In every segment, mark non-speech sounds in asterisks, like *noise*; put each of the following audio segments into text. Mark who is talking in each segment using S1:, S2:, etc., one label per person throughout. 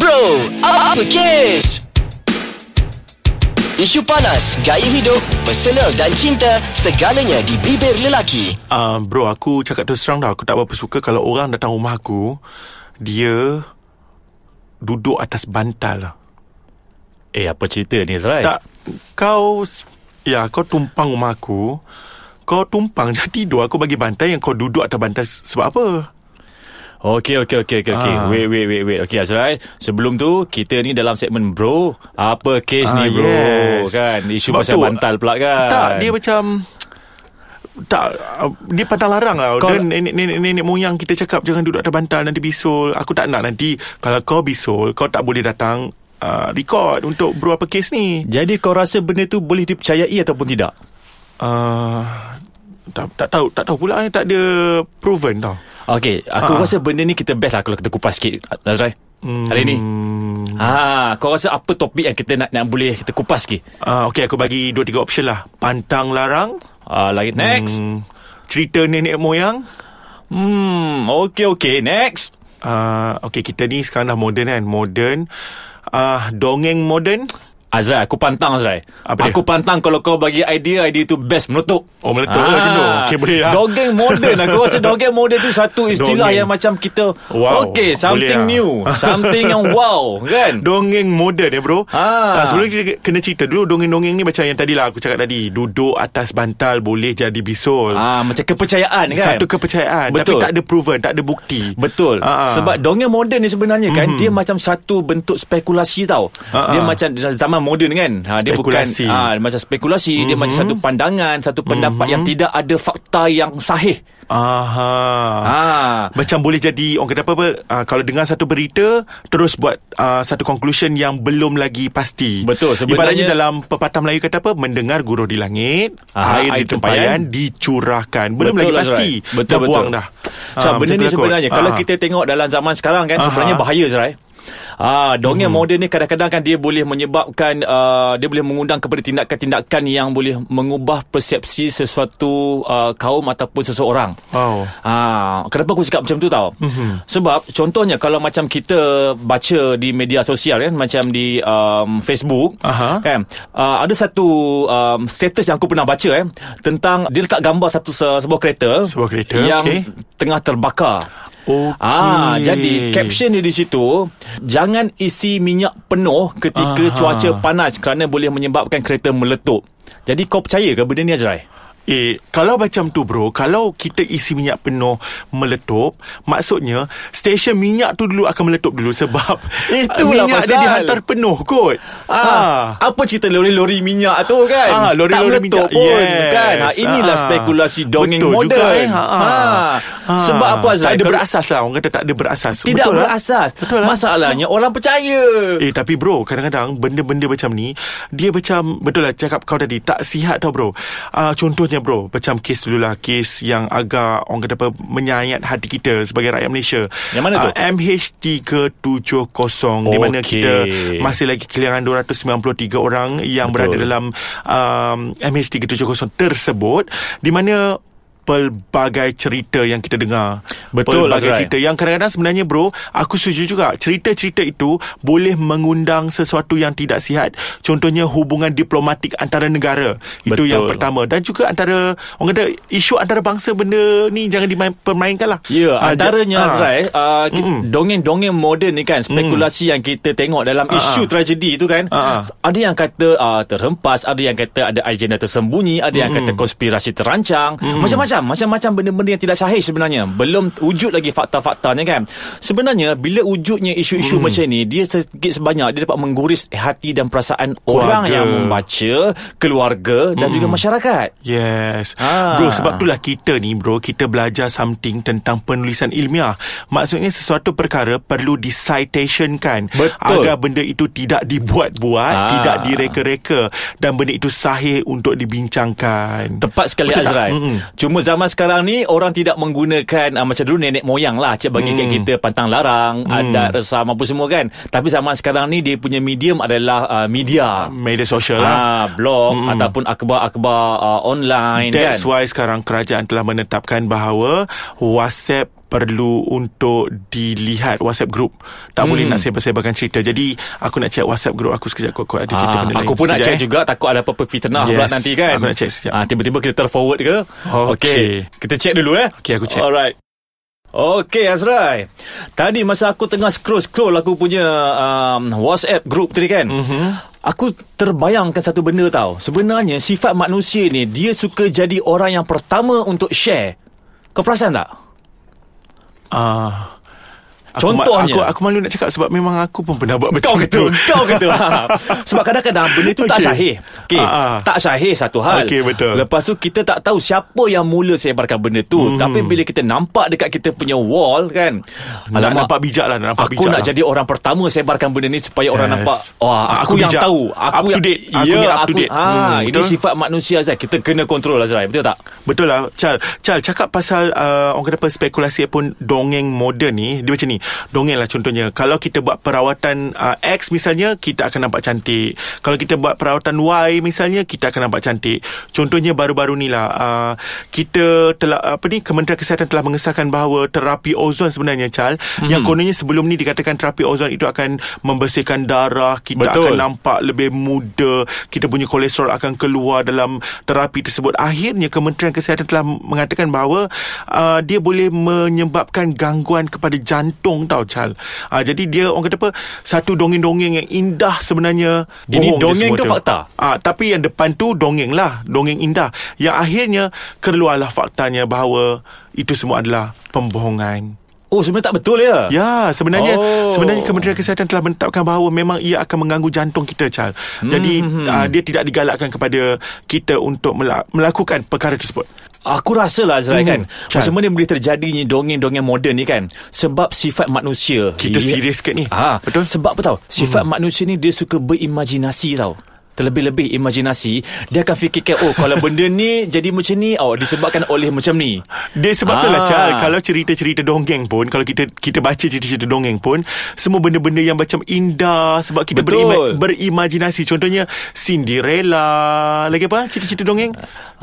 S1: Bro, apa kes? Isu panas, gaya hidup, personal dan cinta, segalanya di bibir lelaki.
S2: Uh, bro, aku cakap terus terang dah. Aku tak berapa suka kalau orang datang rumah aku, dia duduk atas bantal lah.
S3: Eh apa cerita ni Zrai
S2: Tak, kau... s- Ya, kau tumpang rumah aku. Kau tumpang, *laughs* jadi tidur. Aku bagi bantal yang kau duduk atas bantal sebab apa?
S3: Okey okey okey okey okey.
S2: Ah.
S3: Wait wait wait wait. Okey Azrai, sebelum tu kita ni dalam segmen bro, apa kes
S2: Ah,
S3: ni bro?
S2: yes.
S3: Kan isu
S2: Sebab
S3: pasal
S2: tu-
S3: bantal pula kan.
S2: Tak, dia macam... Tak, uh, dia pandang larang lah. Kau...
S3: Kau-
S2: Dan nenek-nenek moyang kita cakap jangan duduk atas bantal, nanti bisul. Aku tak nak nanti. Kalau kau bisul, kau tak boleh datang uh, record untuk bro apa kes ni.
S3: Jadi kau rasa benda tu boleh dipercayai ataupun tidak?
S2: Uh, tak, tak tahu tak tahu pula eh, tak ada proven tau.
S3: Okey, aku
S2: Ah.
S3: rasa benda ni kita best lah kalau kita kupas sikit Azrai.
S2: Hmm.
S3: Hari ni. Ha, kau rasa apa topik yang kita nak nak boleh kita kupas sikit?
S2: Ah okey aku bagi dua tiga option lah. Pantang larang,
S3: Ah, lagi next.
S2: hmm, cerita nenek moyang.
S3: Hmm, okey okey, next.
S2: Ah okey kita ni sekarang dah modern kan, modern. Ah dongeng moden.
S3: Azrai, aku pantang Azrai.
S2: Apa dia?
S3: aku pantang kalau kau bagi idea, idea tu best meletup.
S2: Oh, meletup ke macam tu? Okey, boleh lah.
S3: Dongeng moden. Aku
S2: *laughs*
S3: rasa dongeng moden tu satu istilah
S2: Dongeng.
S3: yang macam kita
S2: Wow,
S3: okay, something
S2: boleh lah. *laughs*
S3: new, something yang wow, kan?
S2: Dongeng moden eh bro ah.
S3: Ah.
S2: Sebelum kita kena cerita dulu Dongeng-dongeng ni macam yang tadi lah Aku cakap tadi Duduk atas bantal Boleh jadi bisul ah,
S3: Ah, macam kepercayaan kan?
S2: Satu kepercayaan
S3: Betul.
S2: Tapi tak ada proven Tak ada bukti
S3: Betul
S2: Ah. Mhm.
S3: Sebab dongeng moden ni sebenarnya kan Dia macam satu bentuk spekulasi tau
S2: Ah,
S3: Dia
S2: ah.
S3: macam zaman moden kan ha, Dia bukan
S2: Spekulasi. Mhm.
S3: ha, Macam spekulasi Dia macam satu pandangan Satu pendapat yang tidak ada fakta yang sahih
S2: Aha.
S3: Ah.
S2: Macam boleh jadi orang kata apa, apa uh, kalau dengar satu berita terus buat uh, satu conclusion yang belum lagi pasti.
S3: Betul, sebenarnya-
S2: Ibaratnya dalam pepatah Melayu kata apa mendengar guru di langit,
S3: Ah,
S2: air, di
S3: air
S2: tempayan dicurahkan. Belum lagi
S3: lah,
S2: pasti.
S3: Zerai. Betul
S2: dah
S3: betul.
S2: buang dah.
S3: So,
S2: Ah, macam
S3: benda ni
S2: tu lah kot.
S3: sebenarnya kalau
S2: Ah.
S3: kita tengok dalam zaman sekarang kan
S2: Aha.
S3: sebenarnya bahaya Zerai. Ah, dongeng
S2: Hmm.
S3: moden ni kadang-kadang kan dia boleh menyebabkan uh, dia boleh mengundang kepada tindakan-tindakan yang boleh mengubah persepsi sesuatu uh, kaum ataupun seseorang.
S2: Wow.
S3: Ah, kenapa aku cakap macam tu tau?
S2: Mhm.
S3: Mm-hmm. Sebab contohnya kalau macam kita baca di media sosial kan macam di um, Facebook
S2: Aha.
S3: kan uh, ada satu um, status yang aku pernah baca eh tentang dia letak gambar satu se- sebuah kereta
S2: Sebuah kereta,
S3: yang
S2: okey.
S3: tengah terbakar.
S2: Okey.
S3: Ah, jadi caption dia di situ, jangan isi minyak penuh ketika
S2: Aha.
S3: cuaca panas kerana boleh menyebabkan kereta meletup. Jadi kau percaya ke benda ni Azrai?
S2: Eh, kalau macam tu bro, kalau kita isi minyak penuh meletup, maksudnya stesen minyak tu dulu akan meletup dulu sebab
S3: *laughs* Itulah
S2: minyak
S3: pasal.
S2: dia dihantar penuh kot.
S3: Ah, ah. Apa cerita lori-lori minyak tu kan?
S2: Ah, lori-lori
S3: tak meletup
S2: minyak.
S3: pun
S2: Yes.
S3: kan? Ha, inilah
S2: Ah.
S3: spekulasi dongeng
S2: Betul
S3: moden. Ah.
S2: juga, eh. Ha, ha. Ha.
S3: Sebab apa Azrai?
S2: Tak ada
S3: Kalau-
S2: berasas lah. Orang kata tak ada berasas.
S3: Tidak
S2: Betul lah.
S3: berasas.
S2: Betul lah.
S3: Masalahnya orang percaya.
S2: Eh tapi bro Kadang-kadang Benda-benda macam ni Dia macam Betul lah cakap kau tadi Tak sihat tau bro uh, Contohnya bro Macam kes dulu lah Kes yang agak Orang kata apa Menyayat hati kita Sebagai rakyat Malaysia
S3: Yang mana tu?
S2: Ah, MH370 Di mana
S3: Okey.
S2: kita Masih lagi kelirangan 293 orang Yang
S3: Betul.
S2: Betul. berada dalam um, MH370 tersebut Di mana pelbagai cerita yang kita dengar
S3: Betul,
S2: pelbagai
S3: Azrai.
S2: cerita yang kadang-kadang sebenarnya bro aku setuju juga cerita-cerita itu boleh mengundang sesuatu yang tidak sihat contohnya hubungan diplomatik antara negara itu
S3: Betul.
S2: yang pertama dan juga antara orang kata isu antara bangsa benda ni jangan dipermainkan lah
S3: Ya,
S2: Ah, ja-
S3: antaranya
S2: ah.
S3: Azrai, uh, ki-
S2: Mm-mm. Mm.
S3: dongeng-dongeng moden ni kan, spekulasi yang kita tengok dalam isu tragedi itu kan,
S2: Ah, ah.
S3: ada yang kata uh, terhempas, ada yang kata ada agenda tersembunyi, ada yang kata konspirasi terancang, macam-macam, macam-macam benda-benda yang tidak sahih sebenarnya. Belum wujud lagi fakta-faktanya kan. Sebenarnya bila wujudnya isu-isu
S2: Mm.
S3: macam ni, dia sedikit sebanyak dia dapat mengguris hati dan perasaan orang yang membaca, keluarga dan juga masyarakat.
S2: Yes ah.
S3: Ah.
S2: Bro sebab itulah kita ni bro Kita belajar something Tentang penulisan ilmiah Maksudnya sesuatu perkara Perlu di citation kan
S3: Betul.
S2: Agar benda itu tidak dibuat-buat
S3: Ah.
S2: ah. Tidak direka-reka Dan benda itu sahih Untuk dibincangkan
S3: Tepat sekali
S2: Betul tak?
S3: Azrai.
S2: Mm-mm.
S3: Cuma zaman sekarang ni orang tidak menggunakan uh, macam dulu nenek moyang lah cik bagi
S2: Mm.
S3: kat kita pantang larang, adat resam apa semua kan. Tapi zaman sekarang ni dia punya medium adalah uh, media.
S2: Media sosial lah
S3: Ah, blog ataupun akhbar-akhbar uh, online
S2: That's
S3: kan.
S2: why sekarang kerajaan telah menetapkan bahawa WhatsApp perlu untuk dilihat WhatsApp group. Tak boleh
S3: Hmm.
S2: nak sebar-sebarkan cerita. Jadi aku nak check WhatsApp group aku sekejap kot kot ada cerita
S3: Ah,
S2: benda lain.
S3: aku pun nak
S2: Sekejap,
S3: check
S2: eh.
S3: juga takut ada apa-apa fitnah pula
S2: Yes,
S3: nanti kan.
S2: aku nak check sekejap.
S3: Ah tiba-tiba kita terforward ke?
S2: Okey.
S3: Kita check dulu eh.
S2: Okey, aku check.
S3: Alright. Okey Azrai. Tadi masa aku tengah scroll-scroll aku punya um, WhatsApp group tadi kan.
S2: Mhm.
S3: Mm-hmm. Aku terbayangkan satu benda tau. Sebenarnya sifat manusia ni dia suka jadi orang yang pertama untuk share. Kau perasan tak?
S2: Ah. Aku
S3: Contohnya.
S2: ma- aku, aku malu nak cakap sebab memang aku pun pernah buat macam
S3: Kau kata Kau kata ha. Sebab kadang-kadang Benda tu tak
S2: Okey.
S3: sahih okay.
S2: Ah, ah.
S3: Tak sahih satu hal
S2: Okey, betul.
S3: Lepas tu kita tak tahu Siapa yang mula sebarkan benda
S2: Hmm.
S3: tu Tapi bila kita nampak Dekat kita punya wall kan
S2: Nak nampak bijak lah, nak nampak
S3: Aku
S2: bijak
S3: nak
S2: lah.
S3: jadi orang pertama Sebarkan benda ni Supaya orang
S2: Yes.
S3: nampak Wah,
S2: Aku
S3: Aku, yang
S2: bijak.
S3: tahu
S2: Up
S3: aku
S2: to
S3: yang-
S2: date. Aku
S3: Ya,
S2: ni up to date.
S3: ha,
S2: Hmm,
S3: Ini
S2: betul.
S3: sifat manusia Azrai Kita kena kontrol Azrai Betul tak?
S2: Betul lah Chal Chal cakap pasal uh, Orang kata apa Spekulasi pun Dongeng moden ni Dia macam ni Dongeng lah contohnya Kalau kita buat perawatan uh, X misalnya Kita akan nampak cantik Kalau kita buat perawatan Y misalnya Kita akan nampak cantik Contohnya baru-baru ni lah uh, Kita telah Apa ni Kementerian Kesihatan telah mengesahkan bahawa Terapi ozon sebenarnya Chal mm-hmm. Yang kononnya sebelum ni Dikatakan terapi ozon itu akan Membersihkan darah Kita akan
S3: Betul.
S2: nampak nampak lebih muda kita punya kolesterol akan keluar dalam terapi tersebut akhirnya Kementerian Kesihatan telah mengatakan bahawa uh, dia boleh menyebabkan gangguan kepada jantung tau Chal uh, jadi dia orang kata apa satu dongeng-dongeng yang indah sebenarnya
S3: Ini
S2: bohong dia
S3: dongeng
S2: semua
S3: ke
S2: tu.
S3: fakta?
S2: Ah, tapi yang depan tu dongeng lah, dongeng indah. Yang akhirnya keluarlah faktanya bahawa itu semua adalah pembohongan.
S3: Oh sebenarnya tak betul ya?
S2: Ya, sebenarnya
S3: Oh.
S2: oh. sebenarnya Kementerian Kesihatan telah menetapkan bahawa memang ia akan mengganggu jantung kita, Chal. Jadi hmm. uh, dia tidak digalakkan kepada kita untuk mela- melakukan perkara tersebut.
S3: Aku rasa lah Azrai hmm. kan
S2: Chan.
S3: Macam mana boleh terjadinya Dongeng-dongeng moden ni kan Sebab sifat manusia
S2: Kita
S3: Ia-
S2: serius ke ni?
S3: Ah,
S2: Betul?
S3: Sebab apa tau Sifat hmm. manusia ni Dia suka berimajinasi tau Terlebih-lebih imajinasi Dia akan fikirkan Oh kalau benda *laughs* ni Jadi macam ni Oh disebabkan oleh macam ni
S2: Dia sebab tu lah
S3: Ah.
S2: Chal Kalau cerita-cerita dongeng pun Kalau kita kita baca cerita-cerita dongeng pun Semua benda-benda yang macam indah Sebab kita
S3: Betul.
S2: berima- berimajinasi Contohnya Cinderella Lagi apa cerita-cerita dongeng?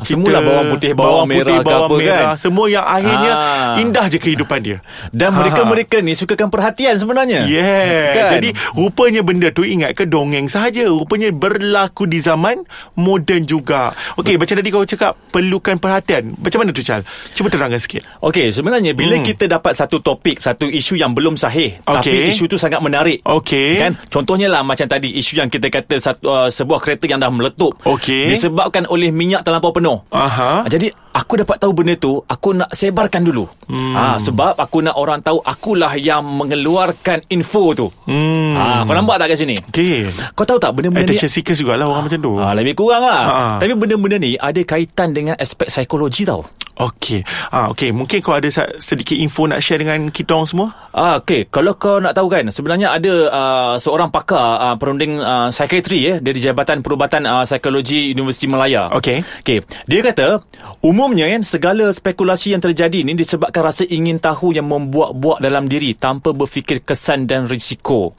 S3: Semualah Ah, bawang putih, bawang merah ke
S2: bawang
S3: apa kan?
S2: merah Semua yang akhirnya
S3: Ah.
S2: Indah je kehidupan dia
S3: Dan
S2: Ah.
S3: mereka-mereka ni Sukakan perhatian sebenarnya
S2: Yeah.
S3: Kan?
S2: Kan? Jadi rupanya benda tu ingat ke dongeng sahaja. Rupanya berlaku di zaman moden juga. Okey, macam tadi kau cakap perlukan perhatian. Macam mana tu Chal? Cuba terangkan sikit.
S3: Okey, sebenarnya bila hmm. kita dapat satu topik, satu isu yang belum sahih, okay. tapi
S2: Okey.
S3: isu tu sangat menarik.
S2: Okey.
S3: Kan? Contohnya lah macam tadi isu yang kita kata satu uh, sebuah kereta yang dah meletup
S2: Okey.
S3: disebabkan oleh minyak terlampau penuh.
S2: Aha.
S3: Ah, Jadi aku dapat tahu benda tu, aku nak sebarkan dulu. Hmm. Ha, sebab aku nak orang tahu akulah yang mengeluarkan info tu.
S2: Hmm.
S3: Ha, kau nampak tak kat sini?
S2: Okey.
S3: Kau tahu tak benda-benda ni
S2: Attention seekers jugalah orang macam tu.
S3: Ha, lebih kurang lah
S2: Ha.
S3: Tapi benda-benda ni Ada kaitan dengan aspek psikologi tau
S2: Okey. Ah, okey. Mungkin kau ada sa- sedikit info nak share dengan kita orang semua?
S3: Ah, okay. Kalau kau nak tahu kan, sebenarnya ada uh, seorang pakar uh, perunding uh, psikiatri eh, dari Jabatan Perubatan uh, Psikologi Universiti Melaya.
S2: Okey.
S3: Okay. Dia kata, umumnya kan segala spekulasi yang terjadi ni disebabkan rasa ingin tahu yang membuat-buat dalam diri tanpa berfikir kesan dan risiko.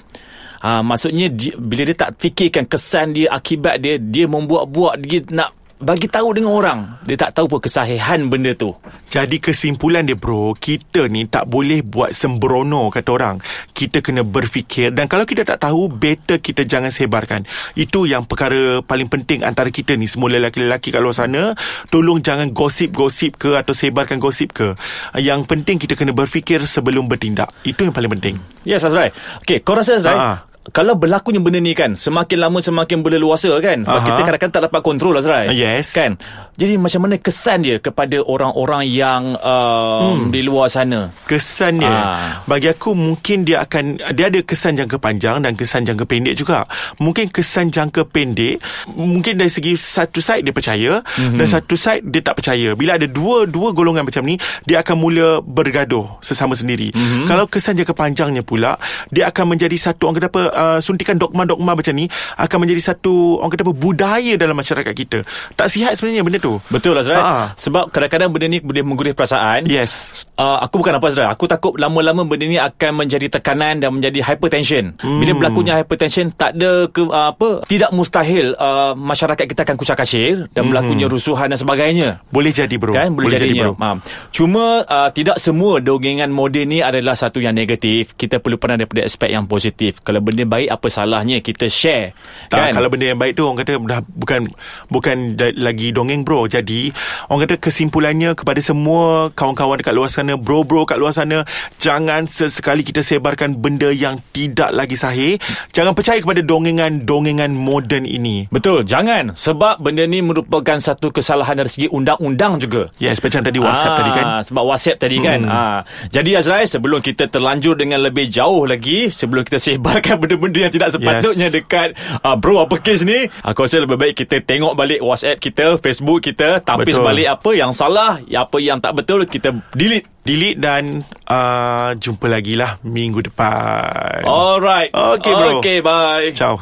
S3: Ah, maksudnya di, bila dia tak fikirkan kesan dia, akibat dia, dia membuat-buat, dia nak bagi tahu dengan orang. Dia tak tahu pun kesahihan benda tu.
S2: Jadi kesimpulan dia bro, kita ni tak boleh buat sembrono kata orang. Kita kena berfikir dan kalau kita tak tahu, better kita jangan sebarkan. Itu yang perkara paling penting antara kita ni semua lelaki-lelaki kat luar sana, tolong jangan gosip-gosip ke atau sebarkan gosip ke. Yang penting kita kena berfikir sebelum bertindak. Itu yang paling penting.
S3: Yes, Azrai. Okay, kau rasa Azrai,
S2: Ha.
S3: kalau berlakunya benda ni kan, semakin lama semakin berleluasa kan, sebab
S2: Aha.
S3: kita kadang-kadang tak dapat kontrol Azrai.
S2: Yes.
S3: Kan? Jadi macam mana kesan dia kepada orang-orang yang um, hmm. di luar sana?
S2: kesannya
S3: Ah.
S2: ah. bagi aku mungkin dia akan dia ada kesan jangka panjang dan kesan jangka pendek juga mungkin kesan jangka pendek mungkin dari segi satu side dia percaya
S3: Mhm.
S2: mm-hmm. dan satu side dia tak percaya bila ada dua-dua golongan macam ni dia akan mula
S3: Mhm.
S2: bergaduh sesama sendiri mm-hmm. kalau kesan jangka panjangnya pula dia akan menjadi satu orang kata apa uh, suntikan dogma-dogma macam ni akan menjadi satu orang kata apa budaya dalam masyarakat kita. Tak sihat sebenarnya benda tu.
S3: Betul Azrai
S2: Ah.
S3: Sebab kadang-kadang benda ni Boleh menggurih perasaan
S2: Yes.
S3: Uh, aku bukan apa Azra Aku takut lama-lama benda ni akan menjadi tekanan dan menjadi hypertension hmm. Bila berlakunya hypertension tak ada ke, uh, apa Tidak mustahil uh, masyarakat kita akan kucak kacir Dan
S2: Hmm.
S3: berlakunya rusuhan dan sebagainya
S2: Boleh jadi bro.
S3: kan boleh,
S2: jadi
S3: jadinya.
S2: bro.
S3: ha. Cuma uh, tidak semua dorongan moden ni adalah satu yang negatif. Kita perlu pandang daripada aspek yang positif. Kalau benda baik apa salahnya kita share.
S2: Tak,
S3: kan?
S2: kalau benda yang baik tu orang kata dah bukan bukan da- lagi dongeng bro. Jadi orang kata kesimpulannya kepada semua kawan-kawan dekat luar sana, bro-bro kat luar sana, jangan sesekali kita sebarkan benda yang tidak lagi sahih. Jangan percaya kepada dongengan-dongengan moden ini.
S3: Betul, jangan. Sebab benda ni merupakan satu kesalahan dari segi undang-undang juga.
S2: Yes, macam tadi WhatsApp tadi kan. Hmm.
S3: Sebab WhatsApp tadi kan. Ah. Jadi Azrai, sebelum kita terlanjur dengan lebih jauh lagi, sebelum kita sebarkan *laughs* benda-benda yang tidak sepatutnya
S2: Yes.
S3: dekat ah, bro apa kes ni, Ah, aku rasa lebih baik kita tengok balik WhatsApp kita, Facebook kita, tapis
S2: Betul.
S3: balik apa yang salah, apa yang tak betul, kita delete.
S2: Delete dan uh, jumpa lagi lah minggu depan.
S3: Alright.
S2: Okay, bro.
S3: Okay, bye.
S2: Ciao.